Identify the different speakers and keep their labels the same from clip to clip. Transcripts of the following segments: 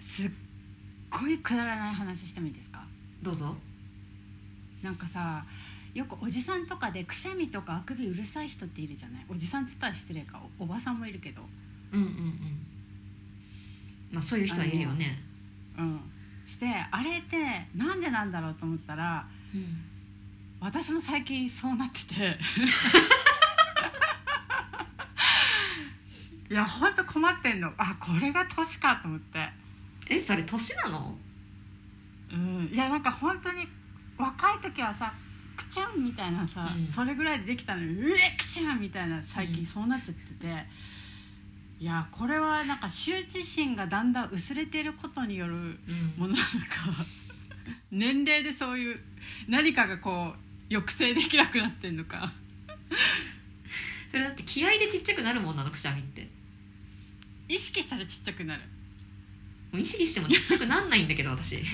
Speaker 1: すっごいくだらない話してもいいですか
Speaker 2: どうぞ
Speaker 1: なんかさよくおじさんとかでくしゃみとかあくびうるさい人っているじゃないおじさんっつったら失礼かおおばさんもいるけど
Speaker 2: うんうんうんまあそういう人はいるよね
Speaker 1: うんしてあれってなんでなんだろうと思ったら
Speaker 2: うん
Speaker 1: 私も最近そうなって ていやほんと困ってんのあこれが年かと思って
Speaker 2: えそれ年なの
Speaker 1: うんいやなんか本当に若い時はさくちゃんみたいなさ、
Speaker 2: うん
Speaker 1: それぐらいでできたのにうえくちゃんみたいな最
Speaker 2: う
Speaker 1: 近
Speaker 2: ん
Speaker 1: そうなっちゃってて、いやこれはなんか羞恥心がだんだん薄れていることによる
Speaker 2: うん
Speaker 1: ものなのか 年齢でそういう何かがこう抑制できなくなってんのか
Speaker 2: それだって気合でちっちゃくなるもんなのくしゃみって
Speaker 1: 意識したらちっちゃくなる
Speaker 2: もう意識してもちっちゃくなんないんだけど私
Speaker 1: え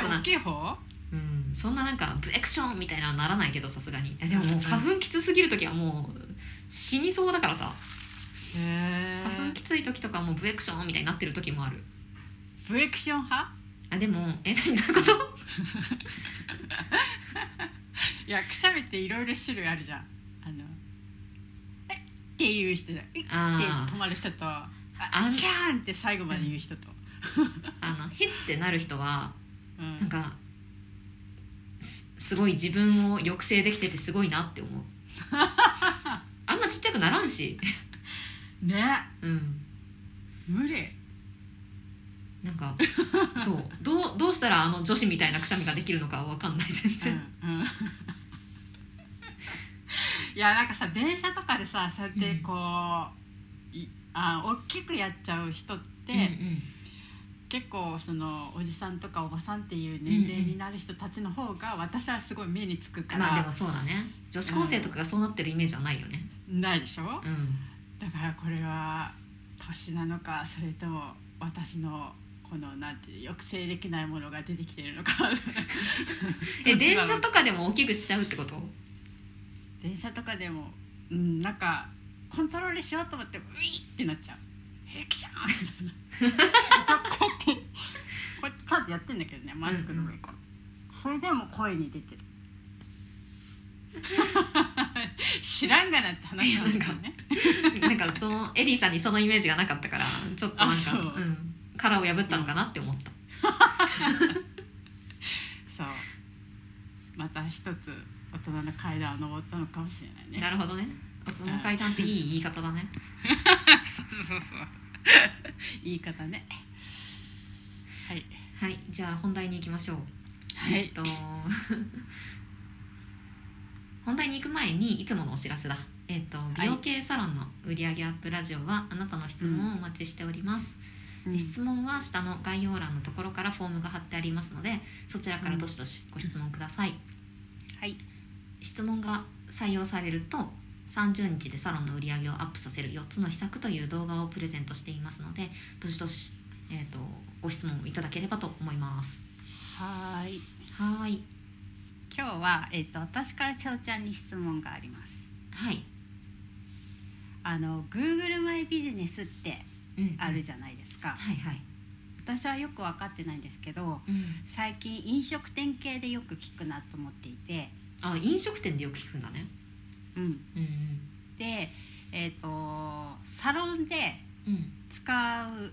Speaker 2: そうな
Speaker 1: 大きい方
Speaker 2: うんそんななんかブレクションみたいなのはならないけどさすがにえでももう花粉きつすぎる時はもう死にそうだからさ
Speaker 1: へ
Speaker 2: 花粉きつい時とかはもうブレクションみたいになってる時もある
Speaker 1: ブエクション派
Speaker 2: あでもえ何どういうこと
Speaker 1: いやくしゃみっていろいろ種類あるじゃんあの「えっ」っていう人だ「えっ」って
Speaker 2: あ
Speaker 1: 止まる人と「あ
Speaker 2: あん
Speaker 1: じゃーん」って最後まで言う人と、
Speaker 2: ーあのへってなる人は
Speaker 1: うん
Speaker 2: なんかすすごい自分を抑制できててすごいなっ て思うあんなちっちゃくならんし
Speaker 1: ね
Speaker 2: うん
Speaker 1: 無理
Speaker 2: なんかそうどうどうしたらあの女子みたいなくしゃみができるのかわかんない全然、
Speaker 1: うんうん いやなんかさ電車とかでさそうやってこう、いあ大きくやっちゃう人って、
Speaker 2: うんうん
Speaker 1: 結構そのおじさんとかおばさんっていう年齢になる人たちの方が私はすごい目につくから、
Speaker 2: まあでもそうだね女子高生とかがそうなってるイメージはないよね
Speaker 1: ないでしょ
Speaker 2: うん
Speaker 1: だからこれは年なのかそれとも私のこのなんていう抑制できないものが出てきてるのか
Speaker 2: え
Speaker 1: どっち
Speaker 2: 電
Speaker 1: なの
Speaker 2: 車とかでも大きくしちゃうってこと
Speaker 1: 電車とかでも、うん、なんかコントロールしようと思ってウィーってなっちゃう「平気じゃん!」みたいなちょこうやってこうやってちゃんとやってんだけどねマスクの上から、それでも声に出てる知らんがなって話なんだけどね
Speaker 2: なんかそのエリーさんにそのイメージがなかったからちょっとなん
Speaker 1: あ
Speaker 2: か
Speaker 1: そう
Speaker 2: うん、殻を破ったのかなって思った、
Speaker 1: そうまた一つ大人の階段を登ったのかもしれないね
Speaker 2: なるほどねその階段っていい言い方だね
Speaker 1: そうそうそう。言い方ね。はい。
Speaker 2: はいじゃあ本題に行きましょう
Speaker 1: は
Speaker 2: えっと 本題に行く前にいつものお知らせだえっと美容系サロンの売り上げアップラジオはあなたの質問をお待ちしております、質問は下の概要欄のところからフォームが貼ってありますのでそちらからどしどしご質問ください、
Speaker 1: はい。
Speaker 2: 質問が採用されると30日でサロンの売り上げをアップさせる4つの秘策という動画をプレゼントしていますのでどしどし、えー、とご質問をいただければと思います
Speaker 1: はーい。
Speaker 2: はーい
Speaker 1: 今日はえっ、と私から千穂ちゃんに質問があります。
Speaker 2: はい、
Speaker 1: あの Google マイビジネスって
Speaker 2: うん
Speaker 1: ある
Speaker 2: じ
Speaker 1: じゃないですか。
Speaker 2: はいはい、
Speaker 1: 私はよく分かってないんですけど、
Speaker 2: うん、
Speaker 1: 最近飲食店系でよく聞くなと思っていて、
Speaker 2: あ飲食店でよく聞くんだね
Speaker 1: うん。
Speaker 2: うん
Speaker 1: で、えっ、とサロンで
Speaker 2: うん
Speaker 1: 使う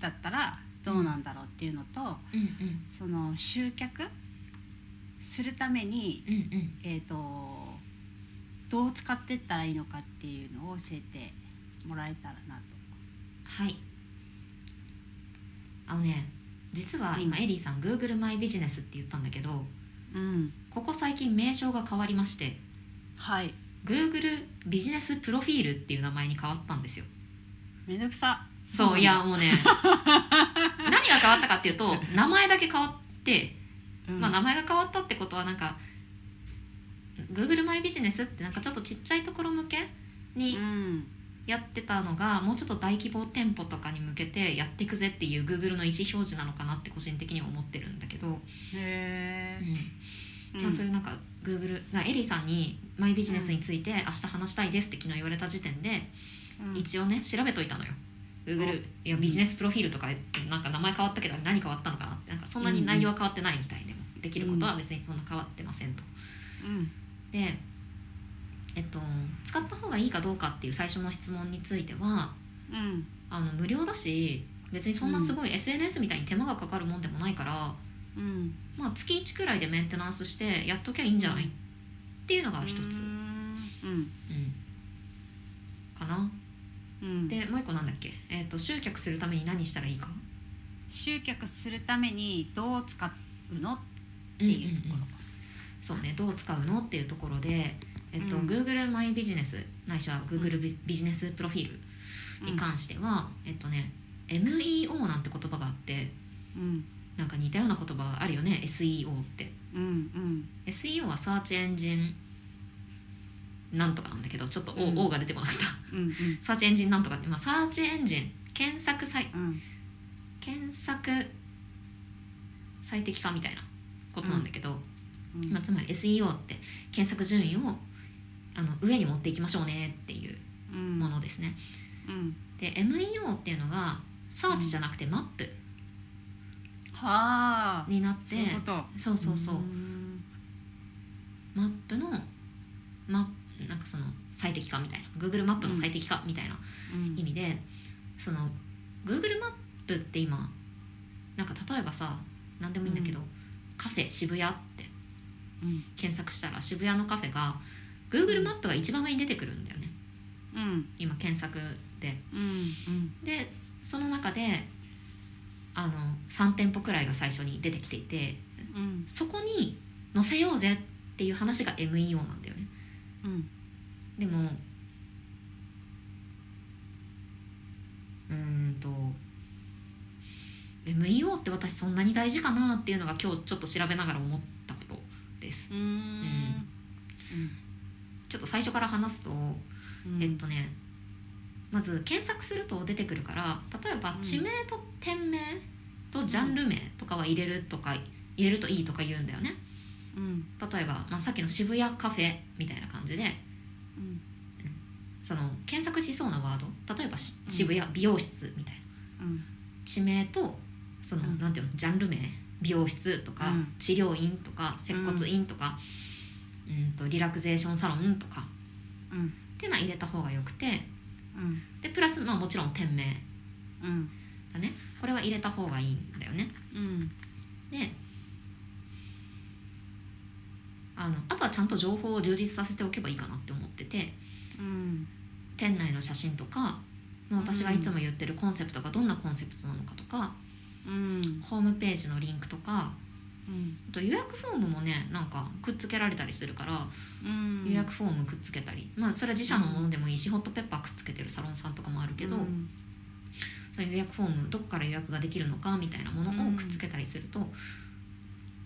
Speaker 1: だったらどうなんだろうっていうのと。
Speaker 2: うんうん
Speaker 1: その集客するために、
Speaker 2: うんうん
Speaker 1: えー、とどう使っていったらいいのかっていうのを教えてもらえたらなと。
Speaker 2: はいあのね実は今
Speaker 1: うん
Speaker 2: エリーさん Google マイビジネスって言ったんだけど
Speaker 1: うん、
Speaker 2: ここ最近名称が変わりまして
Speaker 1: はい
Speaker 2: Google ビジネスプロフィールっていう名前に変わったんですよ
Speaker 1: めんどくさ
Speaker 2: そういや、もう ね何が変わったかっていうと名前だけ変わって、
Speaker 1: うん
Speaker 2: まあ、名前が変わったってことはなんか Google マイビジネスってなんかちょっとちっちゃいところ向けに
Speaker 1: うん
Speaker 2: やってたのがもうちょっと大規模店舗とかに向けてやっていくぜっていう Google の意思表示なのかなって個人的には思ってるんだけど、
Speaker 1: へえ、うん
Speaker 2: まあ、そういうなんか Google がエリーさんにマイビジネスについて明日話したいですって昨日言われた時点で
Speaker 1: うん
Speaker 2: 一応ね調べといたのよ。 Google いやビジネスプロフィールとかなんか名前変わったけど何変わったのかなってなんかそんなに内容は変わってないみたいでもできることは別にそんな変わってませんと。
Speaker 1: うん
Speaker 2: で、えっと、使った方がいいかどうかっていう最初の質問については
Speaker 1: うん
Speaker 2: あの無料だし別にそんなすごい SNS みたいに手間がかかるもんでもないから、
Speaker 1: うん
Speaker 2: まあ、月1くらいでメンテナンスしてやっときゃいいんじゃないっていうのが一つ、
Speaker 1: う
Speaker 2: うん
Speaker 1: ん
Speaker 2: かな。
Speaker 1: うん
Speaker 2: でもう一個なんだっけ、えっと集客するために何したらいいかっ
Speaker 1: 集客するためにどう使うのってていうところ、
Speaker 2: そうねどう使うのっていうところで、えっと
Speaker 1: うん
Speaker 2: Google マイビジネスないしは Google ビビジネスプロフィール
Speaker 1: う
Speaker 2: に
Speaker 1: ん
Speaker 2: 関しては、えっとね MEO なんて言葉があって
Speaker 1: うん
Speaker 2: なんか似たような言葉あるよね SEO って
Speaker 1: うん、
Speaker 2: SEO はサーチエンジンなんとかなんだけどちょっと O,、
Speaker 1: うん
Speaker 2: O が出てこなかった
Speaker 1: うんうん
Speaker 2: サーチエンジンなんとかって、まあ、サーチエンジン検索最
Speaker 1: うん
Speaker 2: 検索最適化みたいなことなんだけど、
Speaker 1: うん
Speaker 2: まあ、つまり SEO って検索順位をあの上に持っていきましょうねっていう
Speaker 1: うん
Speaker 2: ものですね。
Speaker 1: うん
Speaker 2: で MEO っていうのがサーチじゃなくてマップ
Speaker 1: はあ
Speaker 2: になって、
Speaker 1: そういうこと
Speaker 2: そうそうそう、
Speaker 1: ん
Speaker 2: マップのマなんかその最適化みたいな Google マップの最適化みたいな
Speaker 1: うん
Speaker 2: 意味で、その Google マップって今なんか例えばさ何でもいいんだけど、カフェ渋谷って
Speaker 1: うん
Speaker 2: 検索したら渋谷のカフェが Google マップが一番上に出てくるんだよね
Speaker 1: うん
Speaker 2: 今検索で。
Speaker 1: うんうん
Speaker 2: でその中であの3店舗くらいが最初に出てきていて
Speaker 1: うん
Speaker 2: そこに載せようぜっていう話が MEO なんだよね。
Speaker 1: うん
Speaker 2: でもうーんと MEO って私そんなに大事かなっていうのが今日ちょっと調べながら思ったことです
Speaker 1: うーんうん
Speaker 2: ちょっと最初から話すと、
Speaker 1: うん
Speaker 2: えっとねまず検索すると出てくるから例えば
Speaker 1: うん
Speaker 2: 地名と店名とジャンル名とかは入れるとか入れるといいとか言うんだよね
Speaker 1: うん
Speaker 2: 例えば、まあ、さっきの渋谷カフェみたいな感じで
Speaker 1: うん
Speaker 2: その検索しそうなワード例えばし
Speaker 1: うん
Speaker 2: 渋谷美容室みたいな
Speaker 1: うん
Speaker 2: 地名とその、
Speaker 1: うん
Speaker 2: なんていうのジャンル名美容室とか、
Speaker 1: うん
Speaker 2: 治療院とか接骨院とか、うん、とリラクゼーションサロンとか
Speaker 1: うん
Speaker 2: っていうのは入れた方がよくて
Speaker 1: うん
Speaker 2: でプラス、まあ、もちろん店名
Speaker 1: うん
Speaker 2: だねこれは入れた方がいいんだよね。
Speaker 1: うん
Speaker 2: であのあとはちゃんと情報を充実させておけばいいかなって思ってて
Speaker 1: うん
Speaker 2: 店内の写真とか、まあ、私がいつも言ってるコンセプトがどんなコンセプトなのかとか、
Speaker 1: うん
Speaker 2: ホームページのリンクとか
Speaker 1: うん
Speaker 2: あと予約フォームもねなんかくっつけられたりするから、
Speaker 1: うん
Speaker 2: 予約フォームくっつけたりまあそれは自社のものでもいいし、ホットペッパーくっつけてるサロンさんとかもあるけど、
Speaker 1: うん
Speaker 2: その予約フォームどこから予約ができるのかみたいなものをくっつけたりすると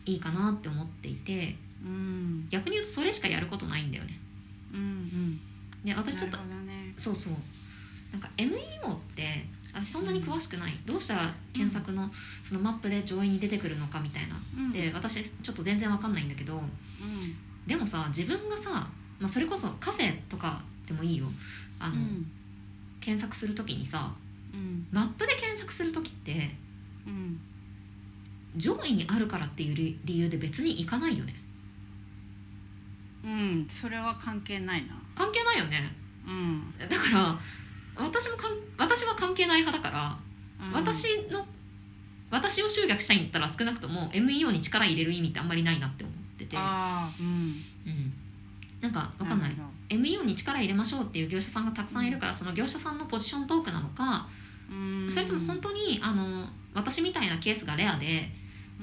Speaker 2: いいかなって思っていて
Speaker 1: うん
Speaker 2: 逆に言うとそれしかやることないんだよね。
Speaker 1: うんうん
Speaker 2: で私ちょっと
Speaker 1: なるほどね
Speaker 2: そうそうなんか MEO って私そんなに詳しくない、どうしたら検索のそのマップで上位に出てくるのかみたいな
Speaker 1: うん
Speaker 2: で私ちょっと全然わかんないんだけど
Speaker 1: うん
Speaker 2: でもさ自分がさ、まあ、それこそカフェとかでもいいよあ
Speaker 1: う
Speaker 2: の、
Speaker 1: ん
Speaker 2: 検索する時にさ
Speaker 1: うん
Speaker 2: マップで検索する時って
Speaker 1: うん
Speaker 2: 上位にあるからっていう理理由で別に行かないよね
Speaker 1: うんそれは関係ないな
Speaker 2: 関係ないよね
Speaker 1: うん
Speaker 2: だから私もかん私は関係ない派だから、
Speaker 1: うん
Speaker 2: 私の私を集客したいんだったら少なくとも MEO に力入れる意味ってあんまりないなって思ってて、
Speaker 1: ああうん
Speaker 2: うん、なんかわかんない
Speaker 1: るほ
Speaker 2: MEO に力入れましょうっていう業者さんがたくさんいるからその業者さんのポジショントークなのか
Speaker 1: どうん
Speaker 2: それとも本当にあの私みたいなケースがレアで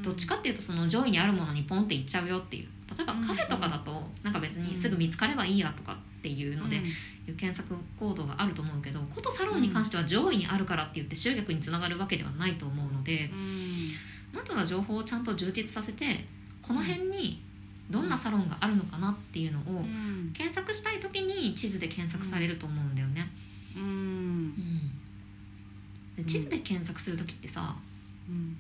Speaker 2: どっちかっていうとその上位にあるものにポンっていっちゃうよっていう例えば
Speaker 1: うん
Speaker 2: カフェとかだとなんか別にすぐ見つかればいいやとかっていうので
Speaker 1: うん
Speaker 2: いう検索行動があると思うけどことサロンに関しては上位にあるからって言って集客につながるわけではないと思うので
Speaker 1: うん
Speaker 2: まずは情報をちゃんと充実させてこの辺にどんなサロンがあるのかなっていうの
Speaker 1: う
Speaker 2: を
Speaker 1: ん
Speaker 2: 検索したい時に地図で検索されると思うんだよね。
Speaker 1: うん
Speaker 2: で地図で検索する時ってさ
Speaker 1: うん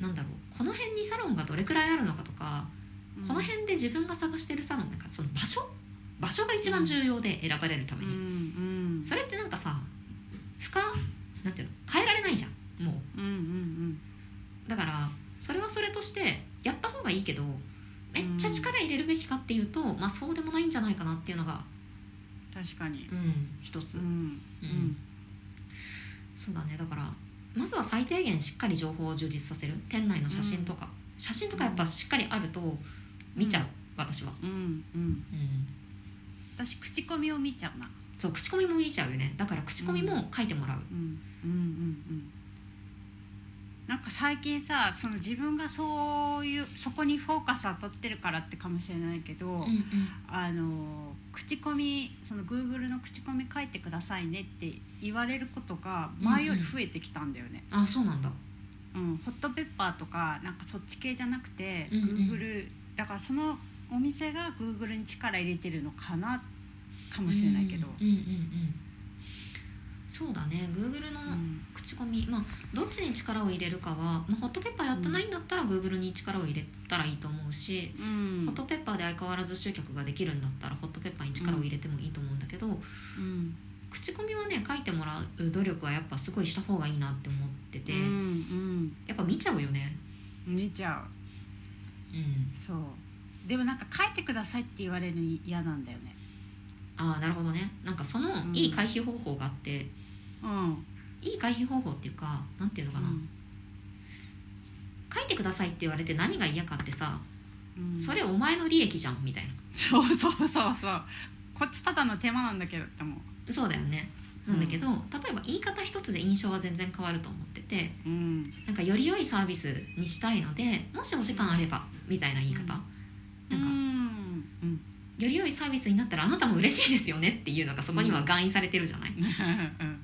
Speaker 2: なんだろうこの辺にサロンがどれくらいあるのかとか、
Speaker 1: うん
Speaker 2: この辺で自分が探してるサロンなんかその場所場所が一番重要で選ばれるため
Speaker 1: う
Speaker 2: に、
Speaker 1: んうん
Speaker 2: それってなんかさ不可なんていうの変えられないじゃんもう
Speaker 1: うんうん
Speaker 2: だからそれはそれとしてやった方がいいけどめっちゃ力入れるべきかっていうと、まあそうでもないんじゃないかなっていうのが、
Speaker 1: うん確かに
Speaker 2: うん、一
Speaker 1: う
Speaker 2: つ、
Speaker 1: んうん
Speaker 2: そうだねだからまずは最低限しっかり情報を充実させる店内の写真とか、写真とかやっぱしっかりあると見ちゃう、
Speaker 1: うん
Speaker 2: 私は、
Speaker 1: うんうん
Speaker 2: うん、
Speaker 1: 私口コミを見ちゃうな
Speaker 2: そう口コミも見ちゃうよねだから口コミも書いてもらう、
Speaker 1: うんうんうんうんなんか最近さその自分がそういうそこにフォーカス当たってるからってかもしれないけど、
Speaker 2: うんうん
Speaker 1: あの口コミその Google の口コミ書いてくださいねって言われることが前より増えてきたんだよね、
Speaker 2: あそうなんだ
Speaker 1: うんホットペッパーとかなんかそっち系じゃなくて、
Speaker 2: うんうん
Speaker 1: Google だからそのお店が Google に力入れてるのかなかもしれないけど、
Speaker 2: うんうんうんうんそうだね Google の
Speaker 1: うん
Speaker 2: 口コミまあどっちに力を入れるかは、まあ、ホットペッパーやってないんだったら Google に力を入れたらいいと思うし、
Speaker 1: うん
Speaker 2: ホットペッパーで相変わらず集客ができるんだったらホットペッパーに力を入れてもいいと思うんだけど、
Speaker 1: うん
Speaker 2: 口コミはね書いてもらう努力はやっぱすごいした方がいいなって思ってて、
Speaker 1: うんうん
Speaker 2: やっぱ見ちゃうよね。
Speaker 1: 見ちゃ
Speaker 2: うん
Speaker 1: う、そうでもなんか書いてくださいって言われるの嫌なんだよね
Speaker 2: ああなるほどねなんかその
Speaker 1: うん
Speaker 2: いい回避方法があって、
Speaker 1: うん
Speaker 2: いい回避方法っていうかなんていうのかな、書いてくださいって言われて何が嫌かってさ、
Speaker 1: うん
Speaker 2: それお前の利益じゃんみたいな
Speaker 1: そうそうそうそうこっちただの手間なんだけどって思
Speaker 2: そうだよねなんだけど、例えば言い方一つで印象は全然変わると思ってて
Speaker 1: ううん
Speaker 2: なんかより良いサービスにしたいのでもしお時間あればみたいな言い方、
Speaker 1: う
Speaker 2: なんか
Speaker 1: んうん
Speaker 2: より良いサービスになったらあなたも嬉しいですよねっていうのがそこには含意されてるじゃない、
Speaker 1: うん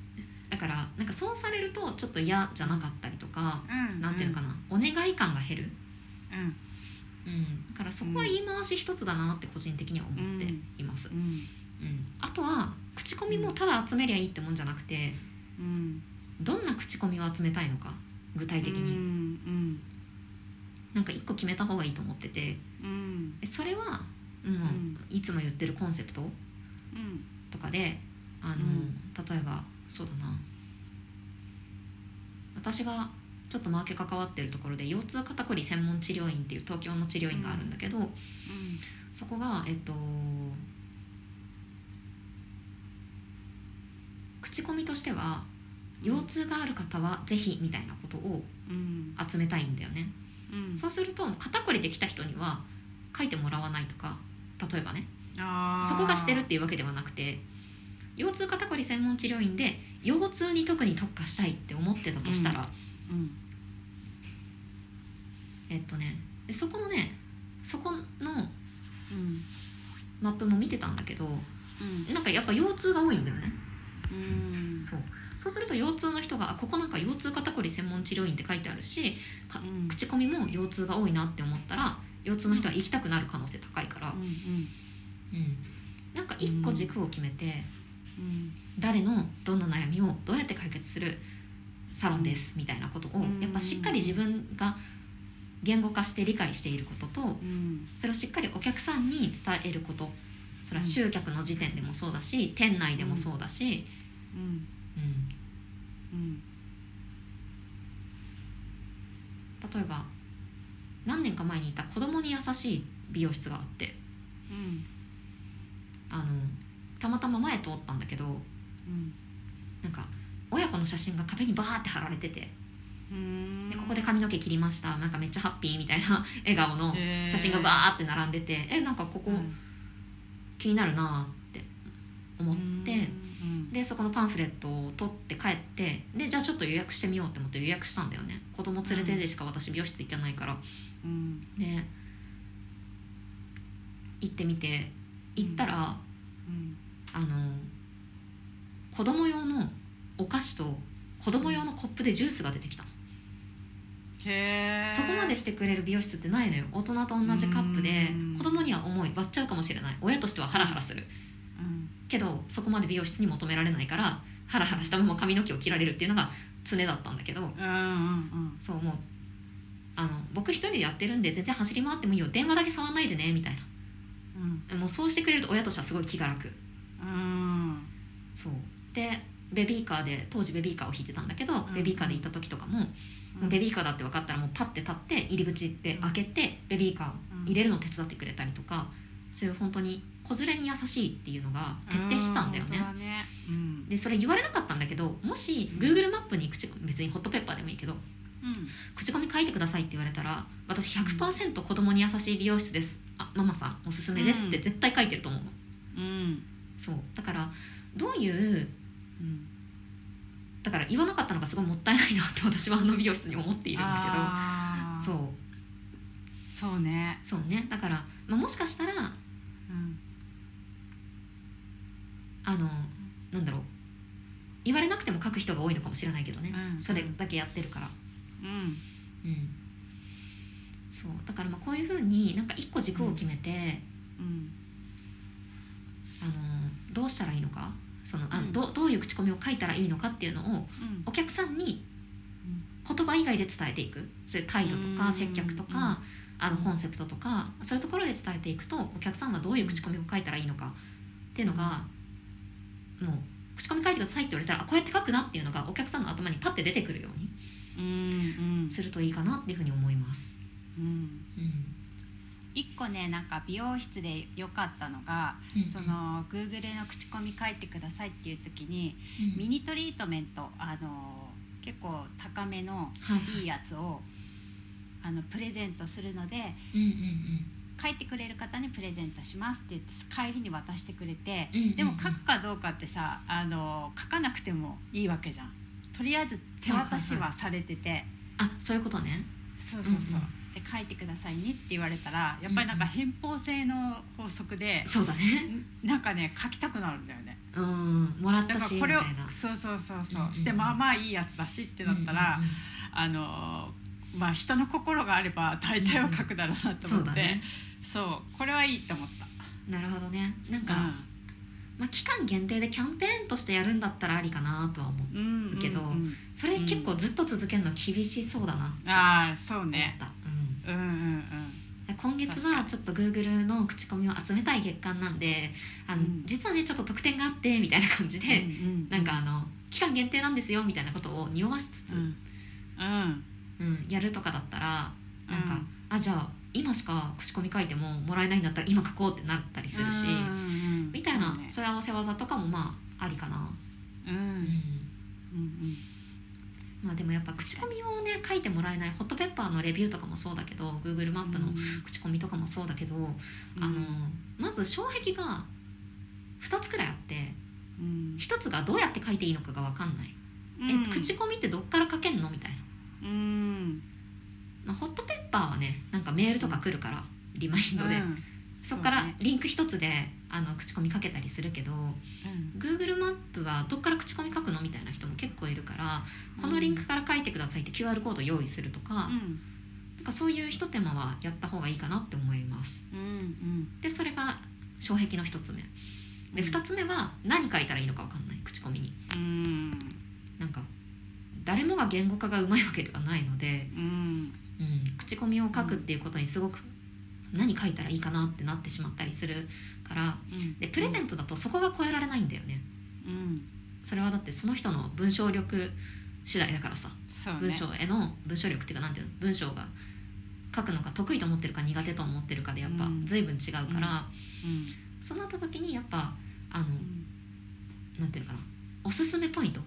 Speaker 2: だからなんかそうされるとちょっと嫌じゃなかったりとか、
Speaker 1: うん
Speaker 2: なんていうのかなお願い感が減る、
Speaker 1: うん
Speaker 2: うん、だからそこは言い回し一つだなって個人的には思っています、
Speaker 1: うんうん
Speaker 2: うん、あとは口コミもただ集めりゃいいってもんじゃなくて
Speaker 1: うん
Speaker 2: どんな口コミを集めたいのか具体的
Speaker 1: う
Speaker 2: に、
Speaker 1: ん
Speaker 2: なんか一個決めた方がいいと思ってて
Speaker 1: うんうん
Speaker 2: えそれは、うん
Speaker 1: ん
Speaker 2: いつも言ってるコンセプト
Speaker 1: うん
Speaker 2: とかであの、
Speaker 1: うん
Speaker 2: 例えばそうだな私がちょっとマーケ関わってるところで腰痛肩こり専門治療院っていう東京の治療院があるんだけど、そこがえっと口コミとしては腰痛がある方はぜひみたいなことを
Speaker 1: うん
Speaker 2: 集めたいんだよね、
Speaker 1: うん
Speaker 2: そうすると肩こりできた人には書いてもらわないとか例えばね
Speaker 1: あー
Speaker 2: そこがしてるっていうわけではなくて腰痛肩こり専門治療院で腰痛に特に特化したいって思ってたとしたら、
Speaker 1: うん
Speaker 2: えっとねでそこのねそこの
Speaker 1: うん
Speaker 2: マップも見てたんだけど
Speaker 1: うん
Speaker 2: なんかやっぱ腰痛が多いんだよね
Speaker 1: うん
Speaker 2: そうそうすると腰痛の人があここなんか腰痛肩こり専門治療院って書いてあるしか
Speaker 1: うん
Speaker 2: 口コミも腰痛が多いなって思ったら腰痛の人は行きたくなる可能性高いから
Speaker 1: う、ん
Speaker 2: うんなんか一個軸を決めて、
Speaker 1: うん
Speaker 2: 誰のどんな悩みをどうやって解決するサロンですみたいなことを
Speaker 1: うん
Speaker 2: やっぱしっかり自分が言語化して理解していることと
Speaker 1: うん
Speaker 2: それをしっかりお客さんに伝えることそれは集客の時点でもそうだし店内でもそうだし、
Speaker 1: うん
Speaker 2: うん、
Speaker 1: うん
Speaker 2: 例えば何年か前にいた子供に優しい美容室があって
Speaker 1: うん
Speaker 2: あのたまたま前通ったんだけど
Speaker 1: うん
Speaker 2: なんか親子の写真が壁にバーって貼られてて
Speaker 1: うん
Speaker 2: でここで髪の毛切りましたなんかめっちゃハッピーみたいな 笑顔の
Speaker 1: へー
Speaker 2: 写真がバーって並んでてえなんかここ
Speaker 1: うん
Speaker 2: 気になるなーって思って
Speaker 1: うん
Speaker 2: でそこのパンフレットを取って帰ってでじゃあちょっと予約してみようって思って予約したんだよね子供連れてでしか私美容室行かないから
Speaker 1: うん
Speaker 2: で行ってみて行ったら、
Speaker 1: うん
Speaker 2: あの子供用のお菓子と子供用のコップでジュースが出てきたの
Speaker 1: へえ
Speaker 2: そこまでしてくれる美容室ってないのよ大人と同じカップで
Speaker 1: うん
Speaker 2: 子供には重い割っちゃうかもしれない親としてはハラハラする
Speaker 1: うん
Speaker 2: けどそこまで美容室に求められないからハラハラしたまま髪の毛を切られるっていうのが常だったんだけど
Speaker 1: うんうん
Speaker 2: そうもうあの僕一人でやってるんで全然走り回ってもいいよ電話だけ触んないでねみたい
Speaker 1: うん
Speaker 2: なもうそうしてくれると親としてはすごい気が楽
Speaker 1: うんうん
Speaker 2: そうでベビーカーで当時ベビーカーを引いてたんだけど、
Speaker 1: ん
Speaker 2: ベビーカーで行った時とかも,、
Speaker 1: うん
Speaker 2: ベビーカーだって分かったらもうパッて立って入り口行って開けてベビーカー入れるの手伝ってくれたりとかそういう本当に子連れに優しいっていうのが徹底してたんだよね。
Speaker 1: う本当だねうん
Speaker 2: でそれ言われなかったんだけどもし Google マップに口別にホットペッパーでもいいけど
Speaker 1: うん
Speaker 2: 口コミ書いてくださいって言われたら私100%子供に優しい美容室ですあママさんおすすめですって絶対書いてると思うの
Speaker 1: うん
Speaker 2: そうだからどういうだから言わなかったのがすごいもったいないなって私はあの美容室に思ってい
Speaker 1: い
Speaker 2: るんだけどそうう
Speaker 1: そうね
Speaker 2: そうねだから、まあ、もしかしたら
Speaker 1: うん
Speaker 2: あのなんだろう言われなくても書く人が多いのかもしれないけどね、
Speaker 1: うん
Speaker 2: それだけやってるから
Speaker 1: うん
Speaker 2: うんそうだからまあこういうふうになんか一個軸を決めて、
Speaker 1: うん
Speaker 2: あのどうしたらいいのかそのあ、
Speaker 1: うん
Speaker 2: どどういう口コミを書いたらいいのかっていうのを
Speaker 1: うん
Speaker 2: お客さんに言葉以外で伝えていくそういう態度と
Speaker 1: う
Speaker 2: か
Speaker 1: ん
Speaker 2: 接客と
Speaker 1: うん
Speaker 2: かあのコンセプトとかそういうところで伝えていくとお客さんはどういう口コミを書いたらいいのかっていうのがもう口コミ書いてくださいって言われたらあこうやって書くなっていうのがお客さんの頭にパッて出てくるように
Speaker 1: うんうん
Speaker 2: するといいかなっていうふうに思います。
Speaker 1: うん
Speaker 2: うん
Speaker 1: 一個ねなんか美容室で良かったのが、そ、の Google の口コミ書いてくださいっていう時に
Speaker 2: うん
Speaker 1: ミニトリートメントあの結構高めの
Speaker 2: はい
Speaker 1: いいやつをあのプレゼントするので
Speaker 2: うんうん
Speaker 1: 書いてくれる方にプレゼントしますって言って帰りに渡してくれて
Speaker 2: うんうんうん
Speaker 1: でも書くかどうかってさあの書かなくてもいいわけじゃんとりあえず手渡しはされてて、
Speaker 2: あそういうことね。
Speaker 1: そうそうそう、
Speaker 2: うん
Speaker 1: で書いてくださいねって言われたらやっぱりなんか偏方性の法則で、
Speaker 2: そうだね。
Speaker 1: なんかね書きたくなるんだよね
Speaker 2: うんもらっ
Speaker 1: だ
Speaker 2: た
Speaker 1: か
Speaker 2: し
Speaker 1: ら
Speaker 2: み
Speaker 1: こ
Speaker 2: たい
Speaker 1: れを
Speaker 2: な。
Speaker 1: そうそうそうそう、
Speaker 2: うんうん
Speaker 1: してまあまあいいやつだしってなったら、
Speaker 2: うんうんうん
Speaker 1: あのーまあ人の心があれば大体は書くだろうなと思って、
Speaker 2: そうだね。
Speaker 1: そうこれはいいと思った
Speaker 2: なるほどねなんか、
Speaker 1: うん
Speaker 2: まあ、期間限定でキャンペーンとしてやるんだったらありかなとは思う
Speaker 1: うんうん
Speaker 2: けど
Speaker 1: うん
Speaker 2: それ結構ずっと続けるの厳しそうだなって
Speaker 1: ああそう
Speaker 2: 思
Speaker 1: ね
Speaker 2: った、
Speaker 1: うんうん
Speaker 2: うん、今月はちょっと Google の口コミを集めたい月間なんであの、
Speaker 1: うん
Speaker 2: 実はねちょっと特典があってみたいな感じ
Speaker 1: うん
Speaker 2: で、
Speaker 1: うん
Speaker 2: なんかあの期間限定なんですよみたいなことを匂わしつつ、
Speaker 1: うんうん
Speaker 2: うんやるとかだったらなんか、
Speaker 1: うん
Speaker 2: あじゃあ今しか口コミ書いてももらえないんだったら今書こうってなったりするし、
Speaker 1: うんうんうん
Speaker 2: みたいな
Speaker 1: そうね
Speaker 2: そういう合わせ技とかもまあありかな。
Speaker 1: うん
Speaker 2: うん
Speaker 1: うん
Speaker 2: まあでもやっぱ口コミをね書いてもらえないホットペッパーのレビューとかもそうだけど Google マップの口コミとかもそうだけど、あのまず障壁が2つくらいあって
Speaker 1: うん
Speaker 2: 1つがどうやって書いていいのかが分かんない、え口コミってどっから書けんのみたいな、
Speaker 1: うん
Speaker 2: まあ、ホットペッパーはねなんかメールとか来るから、リマインドで、
Speaker 1: うん
Speaker 2: そこから
Speaker 1: そうね
Speaker 2: リンク1つであの口コミ書けたりするけど Google マップはどっから口コミ書くのみたいな人も結構いるからこのリンクから書いてくださいって QR コード用意するとか。
Speaker 1: うん
Speaker 2: なんかそういうひと手間はやった方がいいかなって思います
Speaker 1: うんうん
Speaker 2: でそれが障壁の一つ目で二つ目は何書いたらいいのか分かんない口コミに
Speaker 1: うん
Speaker 2: なんか誰もが言語化がうまいわけではないので、
Speaker 1: うん
Speaker 2: うん、口コミを書くっていうことにすごく何書いたらいいかなってなってしまったりするからでプレゼントだとそこが超えられないんだよね
Speaker 1: うん
Speaker 2: それはだってその人の文章力次第だからさ
Speaker 1: そうね
Speaker 2: 文章への文章力っていうかなんていうの文章が書くのが得意と思ってるか苦手と思ってるかでやっぱ
Speaker 1: うん
Speaker 2: 随分違うから、
Speaker 1: うん
Speaker 2: そうなった時にやっぱあの
Speaker 1: うん
Speaker 2: なんていうのかなおすすめポイント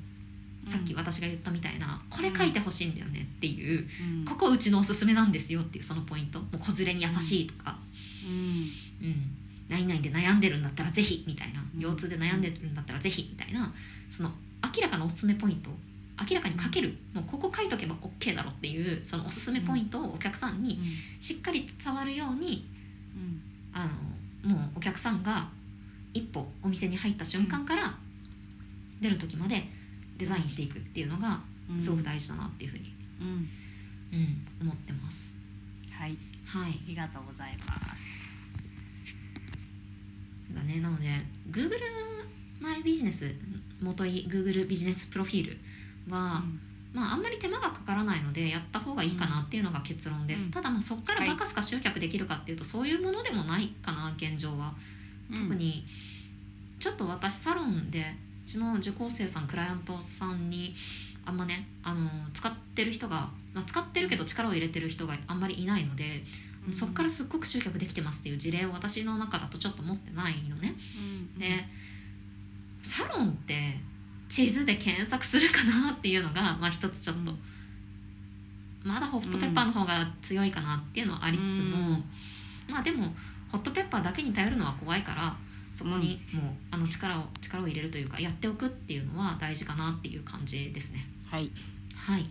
Speaker 2: さっき私が言ったみたいな、これ書いてほしいんだよねっていう、
Speaker 1: うん
Speaker 2: ここうちのおすすめなんですよっていうそのポイントもう子連れに優しいとか、
Speaker 1: うん
Speaker 2: うん、何々で悩んでるんだったらぜひみたいな、
Speaker 1: うん
Speaker 2: 腰痛で悩んでるんだったらぜひみたいなその明らかなおすすめポイント明らかに書ける、もうここ書いとけば OK だろっていうそのおすすめポイントをお客さんにしっかり伝わるように
Speaker 1: うん
Speaker 2: あのもうお客さんが一歩お店に入った瞬間から出る時までデザインしていくっていうのが
Speaker 1: うん
Speaker 2: すごく大事だなっていうふうに、
Speaker 1: うん
Speaker 2: うん、思ってます。
Speaker 1: はい
Speaker 2: はい
Speaker 1: ありがとうございます
Speaker 2: だねなので Google マイビジネス元い Google ビジネスプロフィールは、まああんまり手間がかからないのでやった方がいいかなっていうのが結論で
Speaker 1: う
Speaker 2: す、
Speaker 1: ん
Speaker 2: ただまあそこから
Speaker 1: はい
Speaker 2: バカすか集客できるかっていうと、そういうものでもないかな現状は、
Speaker 1: うん
Speaker 2: 特にちょっと私サロンでうちの受講生さんクライアントさんにあんまねあの使ってる人が、まあ、使ってるけど力を入れてる人があんまりいないので、
Speaker 1: うん
Speaker 2: そこからすっごく集客できてますっていう事例を私の中だとちょっと持ってないのね。
Speaker 1: うん
Speaker 2: でサロンって地図で検索するかなっていうのが、まあ、一つちょっと、まだホットペッパーの方が強いかなっていうのはありつつも、まあでもホットペッパーだけに頼るのは怖いからそこにもう、あの力を力を入れるというかやっておくっていうのは大事かなっていう感じですね。
Speaker 1: はい
Speaker 2: はい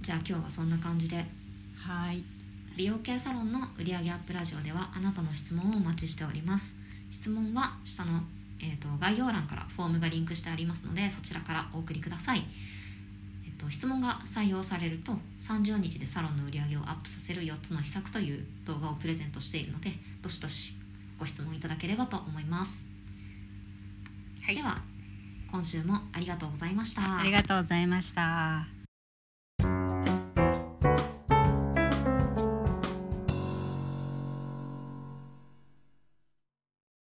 Speaker 2: じゃあ今日はそんな感じで
Speaker 1: はい
Speaker 2: 美容系サロンの売上アップラジオではあなたの質問をお待ちしております質問は下の、えー、と概要欄からフォームがリンクしてありますのでそちらからお送りください、えっと質問が採用されると30日でサロンの売り上げをアップさせる4つの秘策という動画をプレゼントしているのでどしどしご質問いただければと思います、
Speaker 1: はい
Speaker 2: では今週もありがとうございました
Speaker 1: ありがとうございました。